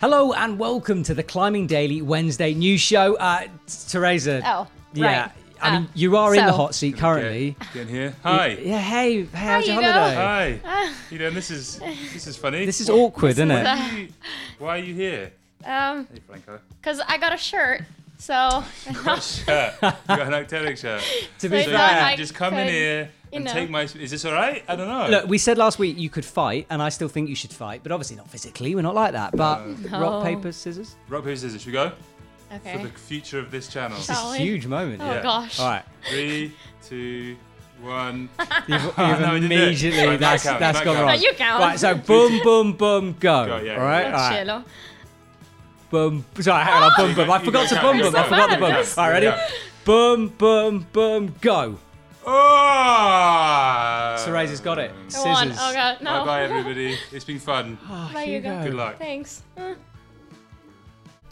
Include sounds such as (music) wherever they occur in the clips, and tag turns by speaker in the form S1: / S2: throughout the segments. S1: Hello and welcome to the Climbing Daily Wednesday news show. Uh, Teresa.
S2: Oh,
S1: yeah.
S2: right.
S1: I
S2: Uh,
S1: mean, you are in the
S2: so-
S1: hot seat currently.
S3: Get, get in here. Hi.
S1: Yeah. Hey. Hey. How's your
S2: Hugo.
S1: holiday?
S2: (laughs)
S3: Hi. You know, this is this is funny.
S1: This is
S3: Why-
S1: awkward, isn't it?
S3: why are you- Why are you here?
S2: Um,
S3: Hey, Franco.
S2: cause I got a shirt, so (laughs)
S3: Got a shirt. You got an Octelic shirt.
S1: To be
S2: So
S3: So
S2: No,
S3: you
S1: fair,
S2: I-
S3: can just come in
S2: could,
S3: here and
S2: know.
S3: take my. Is this all right? I don't know.
S1: look, we said last week you could fight, and I still think you should fight, but obviously not physically. We're not like that. But rock,
S2: No.
S1: paper, scissors.
S3: Rock paper scissors. Should we go for
S2: okay.
S3: the future of this channel?
S1: This is
S2: Shall
S1: a
S2: we?
S1: huge moment.
S2: Oh
S3: yeah.
S2: gosh.
S1: All right.
S3: Three, two, one.
S1: You've, you've
S3: no, (laughs) I didn't do it.
S1: immediately
S3: Right,
S1: that's
S3: back out,
S1: that's
S3: back
S1: gone
S3: out.
S1: wrong.
S2: No, you count.
S1: Right. So
S3: (laughs)
S1: boom, boom, boom, go.
S3: Go, yeah,
S1: all right.
S3: yeah.
S1: All right.
S2: Cielo.
S1: Boom. Sorry, hang on. Boom,
S3: You
S1: boom.
S3: go-
S1: I
S3: you
S1: forgot
S3: go
S1: to
S3: count.
S1: boom, boom.
S2: Oh, It's
S1: I forgot
S2: not
S1: the boom.
S2: bad.
S1: All right, ready?
S3: Yeah.
S1: Boom, boom, boom, go.
S3: Oh!
S1: Teresa's got it.
S2: Go on.
S1: Scissors.
S2: Oh god. No.
S3: Bye
S2: (laughs)
S3: bye, everybody. It's been fun.
S1: Ah,
S2: Bye, Hugo.
S3: Good luck.
S2: Thanks. Uh,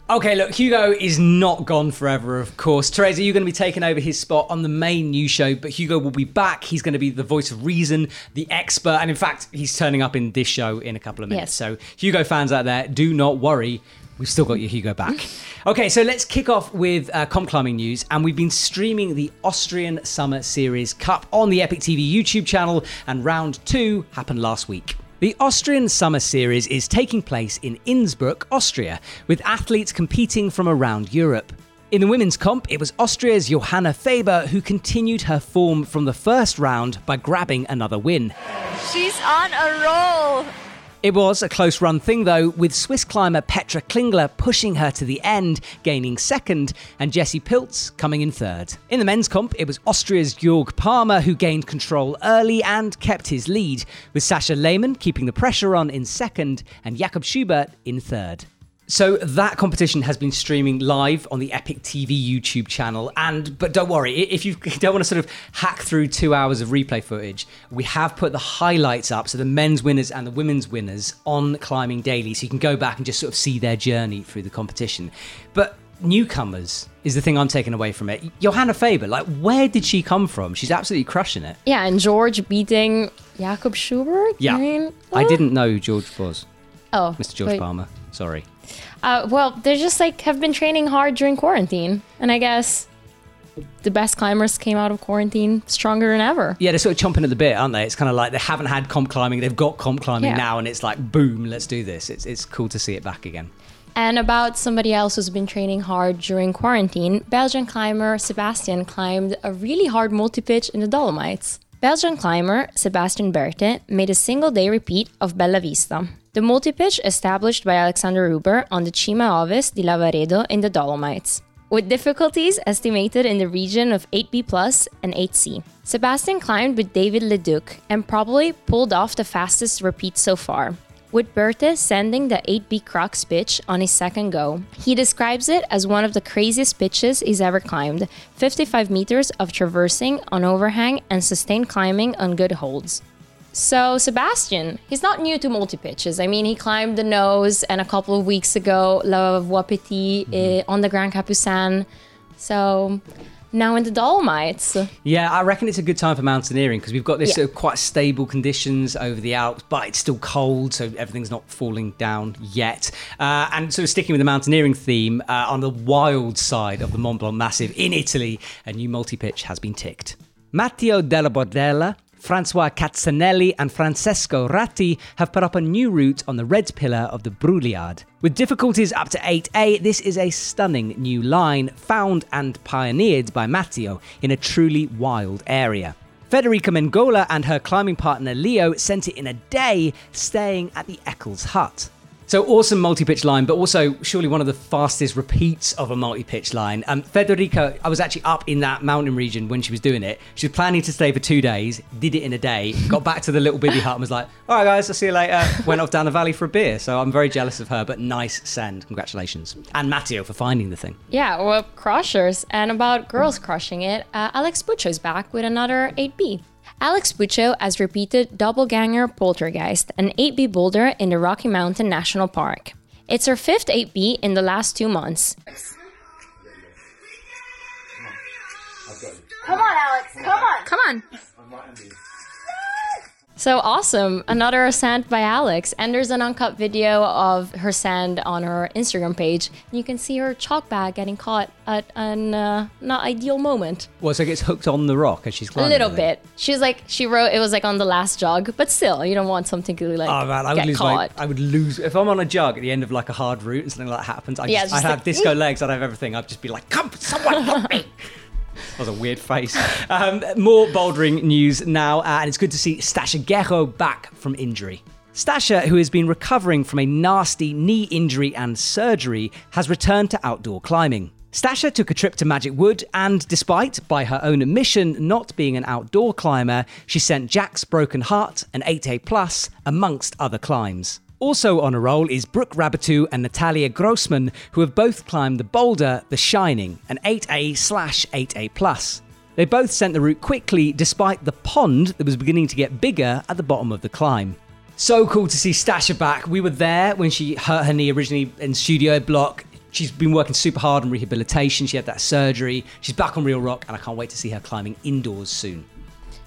S1: Okay, look, Hugo is not gone forever, of course. Teresa, you're going to be taking over his spot on the main news show, but Hugo will be back. He's going to be the voice of reason, the expert, and in fact, he's turning up in this show in a couple of minutes.
S2: Yes.
S1: So, Hugo fans out there, do not worry. We've still got your Hugo back. okay, so let's kick off with uh, comp climbing news. And we've been streaming the Austrian Summer Series Cup on the Epic TV YouTube channel, and round two happened last week. The Austrian Summer Series is taking place in Innsbruck, Austria, with athletes competing from around Europe. In the women's comp, it was Austria's Johanna Faber who continued her form from the first round by grabbing another win.
S4: She's on a roll.
S1: It was a close run thing, though, with Swiss climber Petra Klingler pushing her to the end, gaining second, and Jessie Pilz coming in third. In the men's comp, it was Austria's Jörg Palmer who gained control early and kept his lead, with Sasha Lehmann keeping the pressure on in second and Jakob Schubert in third. So that competition has been streaming live on the Epic TV YouTube channel, and but don't worry i- if you (laughs) don't want to sort of hack through two hours of replay footage. We have put the highlights up, so the men's winners and the women's winners on Climbing Daily, so you can go back and just sort of see their journey through the competition. But newcomers is the thing I'm taking away from it. Johanna Faber, like where did she come from? She's absolutely crushing it.
S2: Yeah, and George beating Jakob Schubert.
S1: Yeah,
S2: I, mean,
S1: I
S2: uh,
S1: didn't know George was
S2: Oh,
S1: Mr. George
S2: wait.
S1: Palmer. Sorry.
S2: Uh, well, they just like have been training hard during quarantine, and I guess the best climbers came out of quarantine stronger than ever.
S1: Yeah, they're sort of chomping at the bit, aren't they? It's kind of like they haven't had comp climbing, they've got comp climbing
S2: Yeah.
S1: now, and it's like, boom, let's do this. It's, it's cool to see it back again.
S2: And about somebody else who's been training hard during quarantine, Belgian climber Sebastian climbed a really hard multi pitch in the Dolomites. Belgian climber Sebastian Berthe made a single day repeat of Bella Vista, the multi pitch established by Alexander Ruber on the Cima Ovis di Lavaredo in the Dolomites. With difficulties estimated in the region of 8B plus and 8C. Sebastian climbed with David Leduc and probably pulled off the fastest repeat so far with Berthe sending the 8B Crocs pitch on his second go. He describes it as one of the craziest pitches he's ever climbed 55 meters of traversing on overhang and sustained climbing on good holds. So, Sebastian, he's not new to multi pitches. I mean, he climbed the nose and a couple of weeks ago, La Wapiti eh, on the Grand Capucin. So, now in the Dolomites.
S1: Yeah, I reckon it's a good time for mountaineering because we've got this
S2: Yeah.
S1: sort of quite stable conditions over the Alps, but it's still cold, so everything's not falling down yet. Uh, and sort of sticking with the mountaineering theme, uh, on the wild side of the Mont Blanc Massive in Italy, a new multi pitch has been ticked. Matteo Della Bordella, Francois Cazzanelli, and Francesco Ratti have put up a new route on the red pillar of the Bruliard. With difficulties up to 8A, this is a stunning new line found and pioneered by Matteo in a truly wild area. Federica Mengola and her climbing partner Leo sent it in a day, staying at the Eccles Hut. So awesome multi-pitch line, but also surely one of the fastest repeats of a multi-pitch line. Um, Federica, I was actually up in that mountain region when she was doing it. She was planning to stay for two days, did it in a day, got back to the little biddy hut and was like, "All right, guys, I'll see you later." Went off down the valley for a beer. So I'm very jealous of her, but nice send, congratulations, and Matteo for finding the thing.
S2: Yeah, well, crushers. And about girls crushing it, uh, Alex Puccio is back with another 8B. Alex Puccio has repeated Doppelganger Poltergeist, an 8B boulder in the Rocky Mountain National Park. It's her fifth 8B in the last two months.
S4: Come on, Alex. Come on.
S2: Come on! So awesome. Another ascent by Alex. And there's an uncut video of her sand on her Instagram page. You can see her chalk bag getting caught at an uh, not ideal moment.
S1: Well, so it gets hooked on the rock as she's
S2: A
S1: climbing.
S2: little
S1: I think.
S2: bit. She's like, she wrote it was like on the last jog, but still, you don't want something to like
S1: Oh man, I would
S2: get
S1: lose
S2: caught.
S1: my. I would lose if I'm on a jug at the end of like a hard route and something like that happens. I
S2: Yeah,
S1: just,
S2: just
S1: I'd
S2: like, "Mm."
S1: have disco legs. I'd have everything. I'd just be like, "Come, someone help
S2: (laughs)
S1: me!" That was a weird face. Um, more bouldering news now, uh, and it's good to see Stasha Guerrero back from injury. Stasha, who has been recovering from a nasty knee injury and surgery, has returned to outdoor climbing. Stasha took a trip to Magic Wood, and despite, by her own admission, not being an outdoor climber, she sent Jack's Broken Heart and 8A Plus, amongst other climbs. Also on a roll is Brooke Rabatou and Natalia Grossman, who have both climbed the boulder The Shining, an 8A slash 8A plus. They both sent the route quickly despite the pond that was beginning to get bigger at the bottom of the climb. So cool to see Stasha back. We were there when she hurt her knee originally in studio block. She's been working super hard on rehabilitation. She had that surgery. She's back on Real Rock, and I can't wait to see her climbing indoors soon.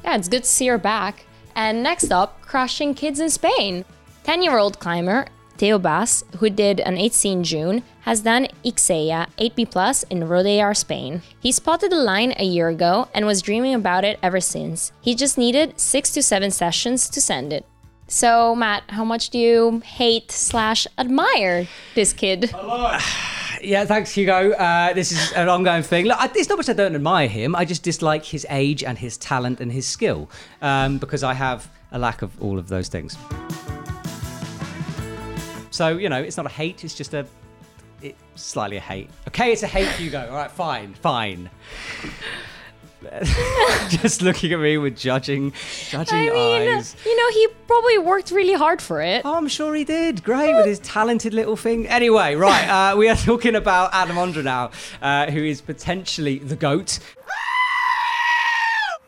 S2: Yeah, it's good to see her back. And next up, crushing kids in Spain. 10 year old climber Teo Bas, who did an 8C in June, has done Ixeya 8B Plus in Rodear, Spain. He spotted the line a year ago and was dreaming about it ever since. He just needed six to seven sessions to send it. So, Matt, how much do you hate slash admire this kid?
S1: Yeah, thanks, Hugo. Uh, this is an ongoing thing. Look, I, it's not much I don't admire him. I just dislike his age and his talent and his skill um, because I have a lack of all of those things. So you know, it's not a hate. It's just a it, slightly a hate. Okay, it's a hate, Hugo. All right, fine, fine. (laughs) just looking at me with judging, judging
S2: I mean,
S1: eyes.
S2: you know, he probably worked really hard for it.
S1: Oh, I'm sure he did. Great with his talented little thing. Anyway, right, uh, we are (laughs) talking about Adam Ondra now, uh, who is potentially the GOAT.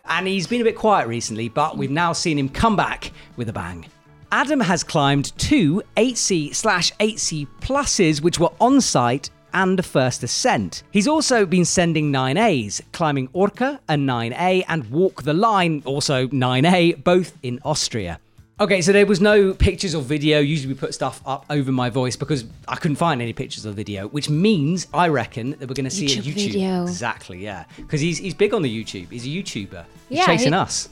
S1: And he's been a bit quiet recently, but we've now seen him come back with a bang. Adam has climbed two 8C slash 8C pluses, which were on site and a first ascent. He's also been sending 9As, climbing Orca, a 9A, and Walk the Line, also 9A, both in Austria. Okay, so there was no pictures or video. Usually we put stuff up over my voice because I couldn't find any pictures or video, which means I reckon that we're going to see a
S2: YouTube
S1: YouTube.
S2: video.
S1: Exactly, yeah. Because he's, he's big on the YouTube. He's a YouTuber. He's
S2: Yeah,
S1: chasing
S2: he-
S1: us.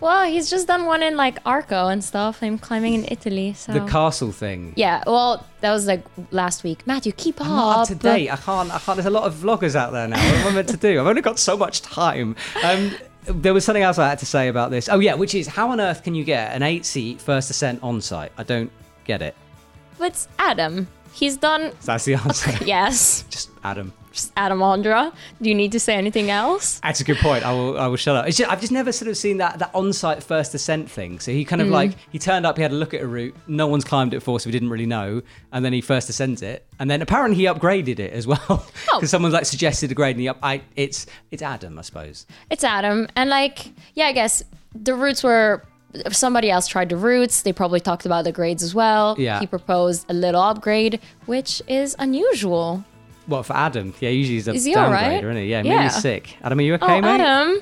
S2: Well, he's just done one in like Arco and stuff. I'm climbing in Italy, so
S1: The castle thing.
S2: yeah. Well, that was like last week. Matthew, keep
S1: I'm not
S2: up.
S1: up to date. I can't. I can't. There's a lot of vloggers out there now. What am I meant to do? I've only got so much time. Um, there was something else I had to say about this. Oh yeah, which is how on earth can you get an eight seat first ascent on site? I don't get it.
S2: But it's Adam,
S1: (laughs)
S2: he's done.
S1: That's the answer.
S2: Yes,
S1: Just Adam.
S2: just Adam Andra. Do you need to say anything else?
S1: That's a good point. I will. I will shut up. It's just, I've just never sort of seen that that on-site first ascent thing. So he kind
S2: Mm.
S1: of like he turned up. He had a look at a route. No one's climbed it before, so we didn't really know. And then he first ascends it. And then apparently he upgraded it as well because
S2: Oh.
S1: someone like suggested a grade. And he up. I. It's it's Adam, I suppose.
S2: It's Adam, and like yeah, I guess the roots were. if Somebody else tried the roots. They probably talked about the grades as well.
S1: Yeah.
S2: He proposed a little upgrade, which is unusual.
S1: Well, for Adam, yeah, usually he's a
S2: Is he all
S1: downgrader,
S2: right?
S1: isn't he? Yeah,
S2: Yeah.
S1: maybe he's sick. Adam, are you okay,
S2: oh,
S1: mate?
S2: Adam.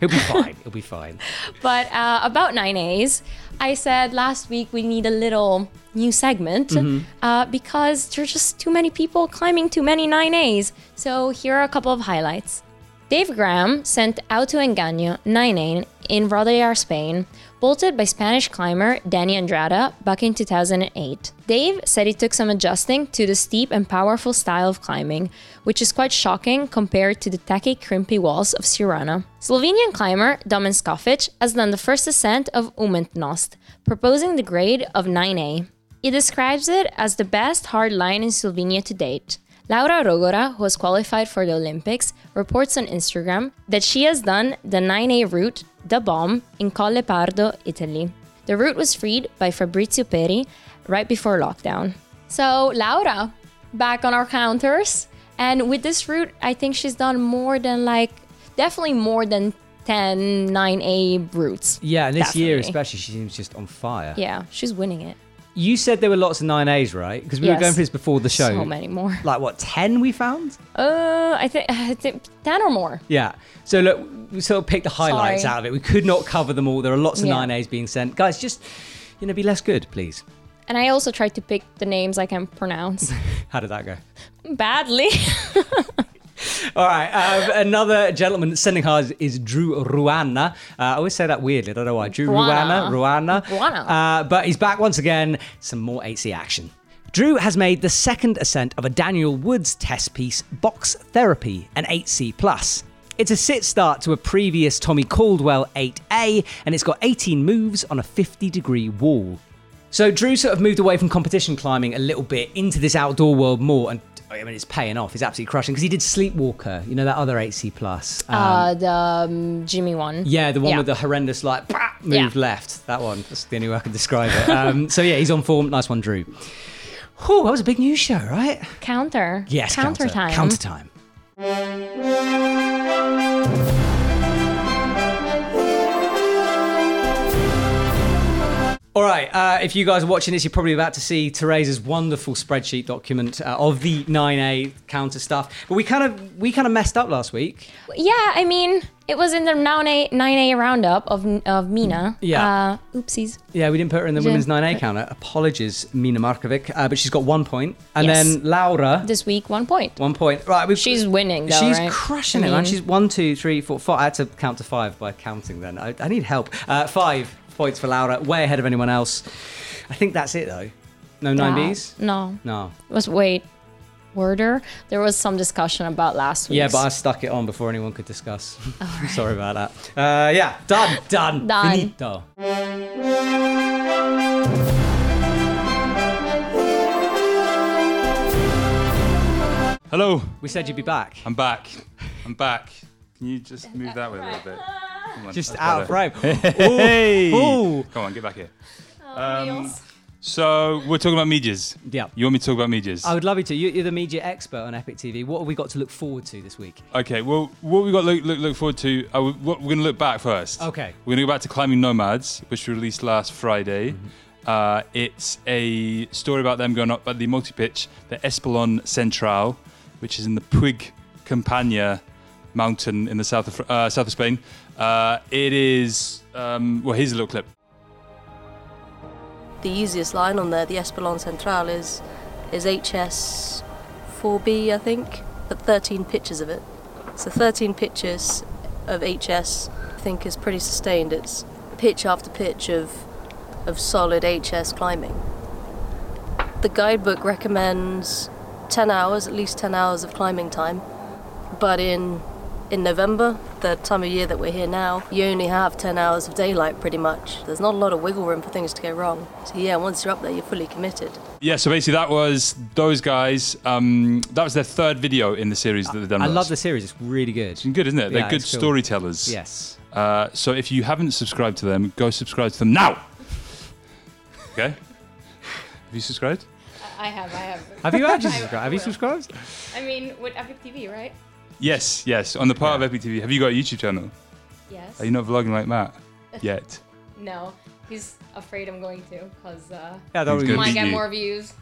S1: He'll be fine. He'll be
S2: (laughs)
S1: fine.
S2: But uh, about 9As, I said last week we need a little new segment uh, because there's just too many people climbing too many 9As. So here are a couple of highlights. Dave Graham sent Auto Engaño 9A in Rodear, Spain, bolted by Spanish climber Danny Andrada back in 2008. Dave said he took some adjusting to the steep and powerful style of climbing, which is quite shocking compared to the tacky, crimpy walls of Sirana. Slovenian climber Domen Skofic has done the first ascent of Umentnost, proposing the grade of 9A. He describes it as the best hard line in Slovenia to date. Laura Rogora, who has qualified for the Olympics, reports on Instagram that she has done the 9A route, the bomb, in Colle Pardo, Italy. The route was freed by Fabrizio Peri right before lockdown. So, Laura, back on our counters. And with this route, I think she's done more than like, definitely more than 10 9A routes.
S1: Yeah, and this year
S2: Definitely.
S1: especially, she seems just on fire.
S2: Yeah, she's winning it.
S1: You said there were lots of 9As, right? Because we were
S2: Yes.
S1: going through this before the show.
S2: So many more.
S1: Like, what, 10 we found?
S2: Uh, I think I think ten or more.
S1: Yeah. So look, we sort of picked the highlights
S2: Sorry.
S1: out of it. We could not cover them all. There are lots of
S2: Yeah.
S1: 9As being sent. Guys, just, you know, be less good, please.
S2: And I also tried to pick the names I can pronounce
S1: How did that go?
S2: badly.
S1: All right. Um, another gentleman sending hers is Drew Ruana. Uh, I always say that weirdly. I don't know why. Drew
S2: Ruana.
S1: Ruana. Ruana.
S2: Ruana.
S1: Uh, but he's back once again. Some more 8C action. Drew has made the second ascent of a Daniel Woods test piece, Box Therapy, an 8C. plus. It's a sit start to a previous Tommy Caldwell 8A, and it's got 18 moves on a 50 degree wall. So Drew sort of moved away from competition climbing a little bit into this outdoor world more, and I mean it's paying off. It's absolutely crushing because he did Sleepwalker, you know that other 8C plus.
S2: (laughs)
S1: Um,
S2: uh, the um, Jimmy one.
S1: yeah, the one
S2: yeah.
S1: with the horrendous like bah, move
S2: Yeah.
S1: left. That one. That's the only way I can describe it. Um, so yeah, he's on form. Nice one, Drew. Whew, that was a big news show, right?
S2: counter.
S1: Yes,
S2: counter, time.
S1: Counter time. All right, uh, if you guys are watching this, you're probably about to see Theresa's wonderful spreadsheet document uh, of the 9A counter stuff. But we kind of we kind of messed up last week.
S2: Yeah, I mean it was in the nine a nine a roundup of of Mina.
S1: Yeah.
S2: Uh, oopsies.
S1: Yeah, we didn't put her in the women's
S2: didn't
S1: 9A counter. Apologies, Mina Markovic, uh, but she's got one point. And
S2: Yes.
S1: then Laura,
S2: This week, one point.
S1: one point. Right, we've,
S2: She's winning, though,
S1: she's
S2: right?
S1: crushing
S2: I
S1: it, man.
S2: mean-
S1: She's one, two, three, four, five. I had to count to five by counting. Then I, I need help. Uh, five points for Laura, way ahead of anyone else. I think that's it though. No nine
S2: Wow.
S1: Bs.
S2: No.
S1: No.
S2: It was wait. Worder. There was some discussion about last week.
S1: Yeah, but I stuck it on before anyone could discuss. (laughs) Sorry about that. Uh, yeah, done, done,
S2: Done.
S1: Finito.
S3: Hello.
S1: We said you'd be back.
S3: I'm back. I'm back. Can you just move that way a little bit? Come on,
S1: Just
S3: that's
S1: out of
S3: better.
S1: frame.
S3: (laughs)
S1: Ooh, ooh.
S3: Come on, get back here. Um, so we're talking about medias.
S1: Yeah.
S3: You want me to talk about medias?
S1: I would love you to. You- You're the media expert on Epic TV. What have we got to look forward to this week?
S3: Okay, well, what we've got to look, look, look forward to, uh, we- what, we're going to look back first.
S1: Okay.
S3: We're going to go back to Climbing Nomads, which we released last Friday.
S1: Mm-hmm.
S3: Uh, it's a story about them going up at the multi pitch, the Espelon Central, which is in the Puig Campania mountain in the south of, Fr- uh, south of Spain. Uh, it is, um, well, here's a little clip.
S5: the easiest line on there, the Espelon Central, is is HS 4B, I think, but 13 pictures of it. So 13 pictures of HS, I think, is pretty sustained. It's pitch after pitch of of solid HS climbing. The guidebook recommends 10 hours, at least 10 hours of climbing time, but in in November, the time of year that we're here now, you only have 10 hours of daylight pretty much. There's not a lot of wiggle room for things to go wrong. So, yeah, once you're up there, you're fully committed.
S3: Yeah, so basically, that was those guys. Um, that was their third video in the series that they've done.
S1: I
S3: with
S1: love
S3: us.
S1: the series. It's really good.
S3: (laughs) Good, isn't it? They're
S1: Yeah,
S3: good
S1: it's cool.
S3: storytellers.
S1: Yes.
S3: Uh, so if you haven't subscribed to them, go subscribe to them now. Okay. Have you subscribed?
S2: I have. I have.
S1: Have you actually subscribed? Have you subscribed?
S2: I mean, with Epic TV, right?
S3: Yes, yes. On the part of Epic TV, have you got a YouTube channel?
S2: Yes.
S3: Are you not vlogging
S1: (laughs)
S3: like Matt yet?
S2: No, he's afraid I'm going to because uh,
S1: Yeah, that
S3: He's
S1: would
S3: good.
S1: be-
S3: Might
S2: might
S3: Beat get
S2: get
S3: you. more
S2: more views.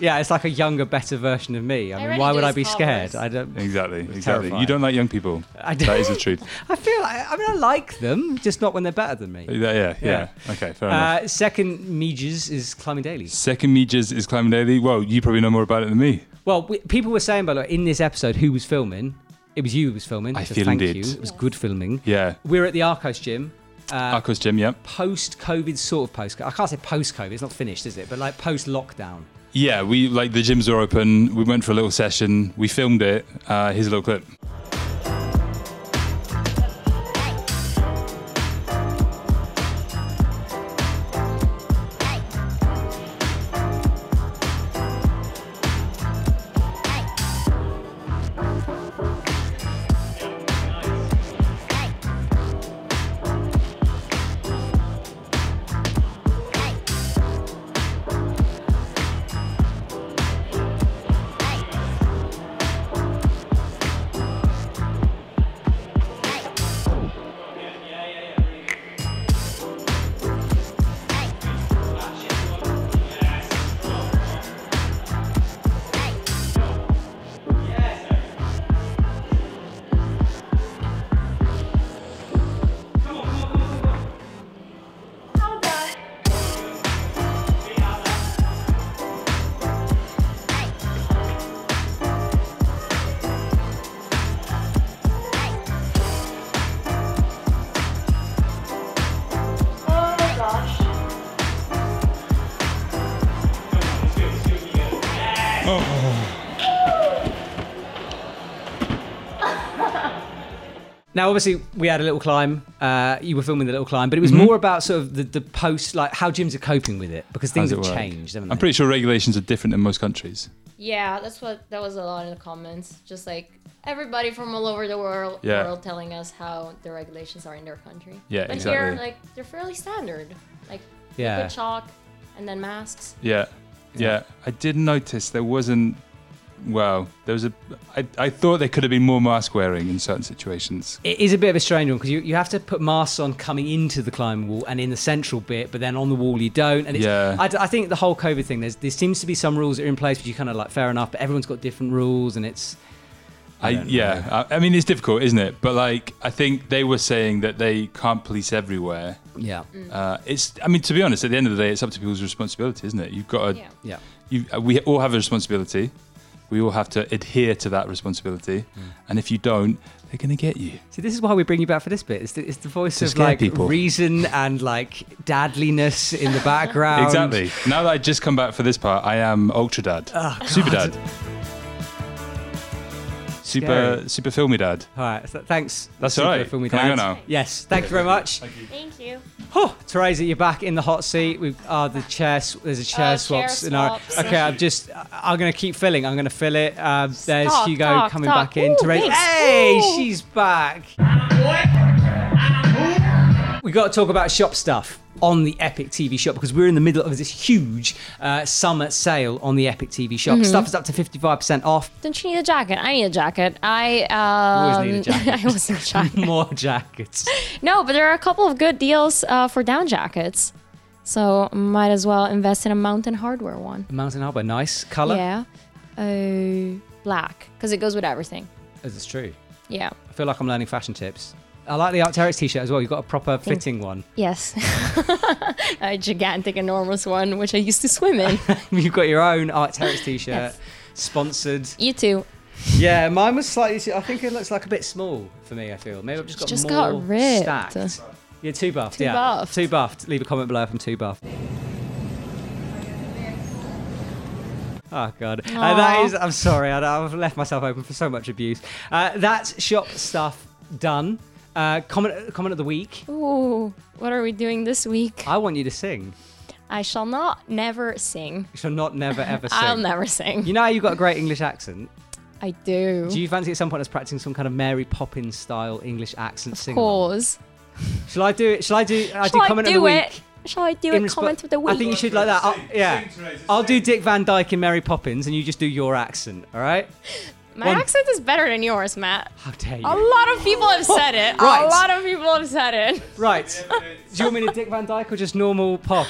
S1: yeah, it's like a younger, better version of me. I mean,
S2: already
S1: why would
S2: do
S1: I be
S2: his
S1: scared?
S2: covers.
S1: I don't.
S3: Exactly, exactly.
S1: terrifying.
S3: You don't like young people.
S1: (laughs) I don't-
S3: That is the truth.
S1: I feel like I mean I like them, just not when they're better than
S3: Yeah,
S1: me.
S3: yeah, yeah.
S1: Yeah.
S3: Okay, fair enough.
S1: Uh, second Meges is climbing daily.
S3: Second Mejas is climbing daily. Well, you probably know more about it than me.
S1: Well, we, people were saying by the way in this episode who was filming. It was you who was filming.
S3: I
S1: so
S3: filmed
S1: thank
S3: it.
S1: you. It was good filming.
S3: Yeah.
S1: We're at the Arcos gym. Uh,
S3: Arcos Gym, yeah.
S1: Post COVID, sort of post COVID. I can't say post COVID, it's not finished, is it? But like post lockdown.
S3: Yeah, we like the gyms are open. We went for a little session. We filmed it. Uh, here's a little clip.
S1: Now, obviously, we had a little climb. Uh, you were filming the little climb, but it was
S3: Mm-hmm.
S1: more about sort of the, the post, like how gyms are coping with it because things
S3: How's it
S1: have
S3: work?
S1: changed, haven't they?
S3: I'm pretty sure regulations are different in most countries.
S2: Yeah, that's what that was a lot in the comments. Just like everybody from all over the world,
S3: Yeah.
S2: world telling us how the regulations are in their country.
S3: Yeah,
S2: but
S3: exactly.
S2: here, like they're fairly standard. Like
S1: Yeah.
S2: liquid chalk and then masks.
S3: Yeah. Yeah. I did notice there wasn't. Well, there was a. I, I thought there could have been more mask wearing in certain situations.
S1: It is a bit of a strange one because you, you have to put masks on coming into the climbing wall and in the central bit, but then on the wall you don't. And it's,
S3: Yeah.
S1: I, d- I think the whole COVID thing, there's, there seems to be some rules that are in place, which you kind of like, fair enough, but everyone's got different rules and it's.
S3: I,
S1: don't
S3: yeah. I, I mean, it's difficult, isn't it? But like, I think they were saying that they can't police everywhere.
S1: Yeah.
S3: Uh, it's. I mean, to be honest, at the end of the day, it's up to people's responsibility, isn't it? You've got to.
S2: Yeah.
S1: Yeah.
S3: You, uh, we all have a responsibility. We all have to adhere to that responsibility, and if you don't, they're going to get you.
S1: See, this is why we bring you back for this bit. It's the, it's the voice
S3: To
S1: of
S3: scare
S1: like
S3: people.
S1: reason and like dadliness in the background.
S3: (laughs) Exactly. Now that I just come back for this part, I am ultra dad,
S1: Oh,
S3: super dad, super
S1: Scary.
S3: super
S1: (laughs)
S3: filmy dad.
S1: All right. So thanks.
S3: That's
S1: Super
S3: all right.
S1: filmy
S3: Can I
S1: dad.
S3: go now?
S1: Yes. Thank you very much.
S2: Thank you.
S1: Oh, Teresa, you're back in the hot seat. We've uh, the chair. s- There's a chair
S2: Uh, chair
S1: swaps in our.
S2: swaps.
S1: Okay, I'm just. I- I'm gonna keep filling. I'm gonna fill it. Uh, there's
S2: Talk,
S1: Hugo
S2: talk,
S1: coming
S2: talk.
S1: back in.
S2: Ooh,
S1: Teresa,
S2: thanks.
S1: hey,
S2: Ooh.
S1: she's back. We got to talk about shop stuff on the Epic TV shop because we're in the middle of this huge uh, summer sale on the Epic TV shop.
S2: Mm-hmm.
S1: Stuff is up to 55% off. (laughs)
S2: Don't you need a jacket? I need a jacket. I um, (laughs)
S1: always need a jacket.
S2: I always need a jacket.
S1: More jackets.
S2: No, but there are a couple of good deals uh, for down jackets, so might as well invest in a Mountain Hardware one.
S1: Mountain Harbour, nice colour.
S2: Yeah, uh, black because it goes with everything.
S1: As it's true.
S2: Yeah.
S1: I feel like I'm learning fashion tips. I like the Arcteryx t-shirt as well. You've got a proper fitting one. (laughs)
S2: Yes. (laughs) a gigantic, enormous one, which I used to swim
S1: (laughs)
S2: in.
S1: You've got your own Art Terrace t-shirt,
S2: Yes. (laughs)
S1: sponsored.
S2: you too.
S1: Yeah, mine was slightly. I think it looks like a bit small for me. I feel maybe I've just got
S2: Just
S1: more
S2: got ripped.
S1: stacked. Yeah, too buffed.
S2: Too
S1: yeah,
S2: buffed.
S1: too buffed. Leave a comment below if I'm too buffed. Oh god, uh, that
S2: Aw.
S1: is. I'm sorry, I, I've left myself open for so much abuse. Uh, that's shop stuff done. Uh, comment comment of the week.
S2: Ooh, what are we doing this week?
S1: I want you to sing.
S2: I shall not never sing.
S1: You shall not
S2: (laughs)
S1: never ever sing.
S2: I'll never sing.
S1: You know how you've got a great English accent.
S2: I do.
S1: Do you fancy at some point us practicing some kind of Mary Poppins style English accent
S2: of
S1: singing?
S2: course.
S1: Shall I do it? Shall I do? I do
S2: Shall I
S1: comment
S2: do
S1: of the
S2: it?
S1: week.
S2: Shall I do
S1: in
S2: a
S1: resp-
S2: comment of the week?
S1: I think you should like that. I'll,
S3: Sing,
S1: yeah,
S3: sing, Teresa,
S1: I'll do
S3: sing.
S1: Dick Van Dyke and Mary Poppins, and you just do your accent. All right?
S2: My
S1: one-
S2: accent is better than
S1: (laughs)
S2: yours, Matt.
S1: How dare
S2: A
S1: you?
S2: lot of people have said it.
S1: Right.
S2: A lot of people have said it.
S3: Uh,
S2: (laughs)
S1: Right. Do you want me to Dick Van Dyke or just normal pop?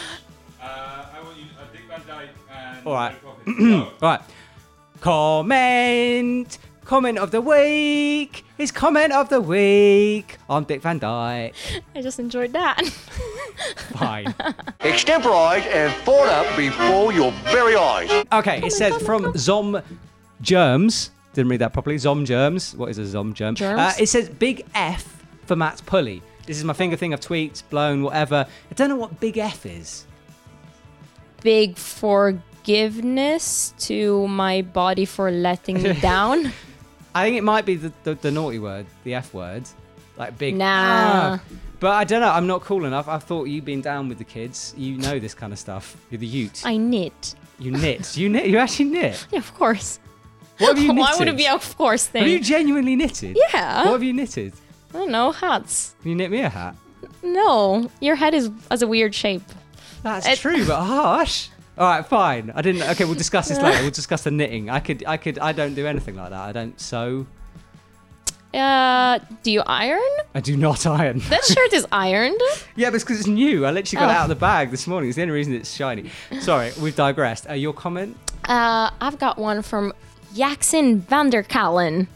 S3: I want you a Dick Van Dyke and
S1: All right. (clears throat) Right. Comment. Comment of the week. It's comment of the week. I'm Dick Van Dyke.
S2: I just
S1: (laughs)
S2: enjoyed that.
S1: Fine.
S6: Extemporize and fought up before your very eyes.
S2: Oh
S1: Okay, it says from Zom Germs. Didn't read that properly. Zom Germs. What is a Zom Germ?
S2: Germs?
S1: Uh, it says big F for Matt's pulley. This is my finger thing. I've tweaked, blown, whatever. I don't know what big F is.
S2: Big forgiveness to my body for letting
S1: (laughs)
S2: me down.
S1: I think it might be the, the, the naughty word, the F word. Like big.
S2: Nah.
S1: F. But I don't know. I'm not cool enough. I thought you've been down with the kids. You know this kind of stuff. You're the ute.
S2: I knit.
S1: You knit. You knit. You actually knit.
S2: Yeah, of course.
S1: What have you knitted?
S2: (laughs) Why would it be a of course
S1: Have you
S2: thing?
S1: genuinely knitted?
S2: Yeah.
S1: What have you knitted?
S2: I don't know, hats.
S1: Can you knit me a hat?
S2: No, your head is as a weird shape.
S1: That's
S2: It-
S1: true, but harsh. All right, fine. I didn't. Okay, we'll discuss this later. We'll discuss the knitting. I could, I could, I don't do anything like that. I don't sew.
S2: Uh, do you iron?
S1: I do not iron.
S2: That
S1: (laughs)
S2: shirt is ironed.
S1: yeah, but it's because it's new. I literally got it
S2: Oh.
S1: out of the bag this morning. It's the only reason it's shiny. Sorry, we've digressed. Uh, your comment?
S2: Uh, I've got one from Jackson Vanderkallen.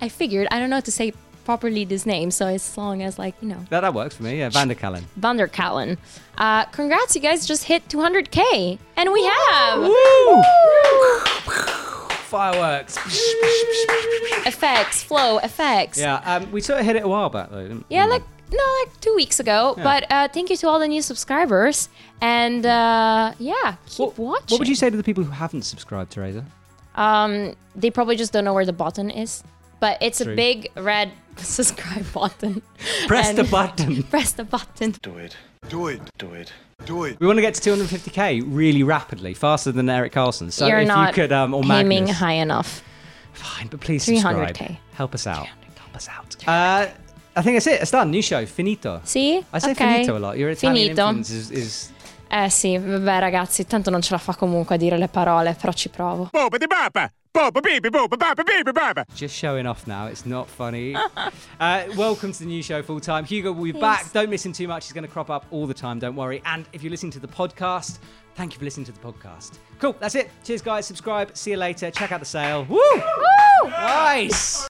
S2: I figured I don't know how to say properly this name, so as long as like you know
S1: That that works for me. Yeah, Vanderkallen.
S2: Vanderkallen. Uh, congrats, you guys just hit 200k, and we have
S1: Woo! Fireworks.
S2: effects, flow, effects.
S1: yeah, um, we sort of hit it a while back though. Didn't we?
S2: Yeah, like no, like two weeks ago. But uh, thank you to all the new subscribers, and uh, yeah, keep
S1: What,
S2: watching.
S1: what would you say to the people who haven't subscribed, Teresa?
S2: Um, they probably just don't know where the button is, but it's
S1: True.
S2: a big red (laughs) subscribe button.
S1: Press the (laughs)
S2: And-
S1: button.
S2: (laughs) Press the button.
S7: Do it.
S6: Do it.
S7: Do it.
S1: We want to get to 250k really rapidly, faster than Eric Carlson. So
S2: You're
S1: if
S2: not
S1: you could, um, or
S2: aiming
S1: Magnus,
S2: high enough.
S1: fine, but please
S2: 300K.
S1: subscribe. Help us out. Help us out. Uh, I think that's it. It's done. New show. Finito.
S2: Sì?
S1: I say
S2: ok.
S1: finito a lot. Your Italian
S2: Finito.
S1: influence is, is
S2: Eh sì, vabbè ragazzi, tanto non ce la fa comunque a dire le parole, però ci provo.
S1: just showing off now. It's not
S2: (laughs)
S1: funny. uh, welcome to the new show full time. Hugo will be back. Don't miss him too much. He's going to crop up all the time. Don't worry. And if you're listening to the podcast, thank you for listening to the podcast. Cool. That's it. Cheers, guys. Subscribe. See you later. Check out the sale. Woo! Nice.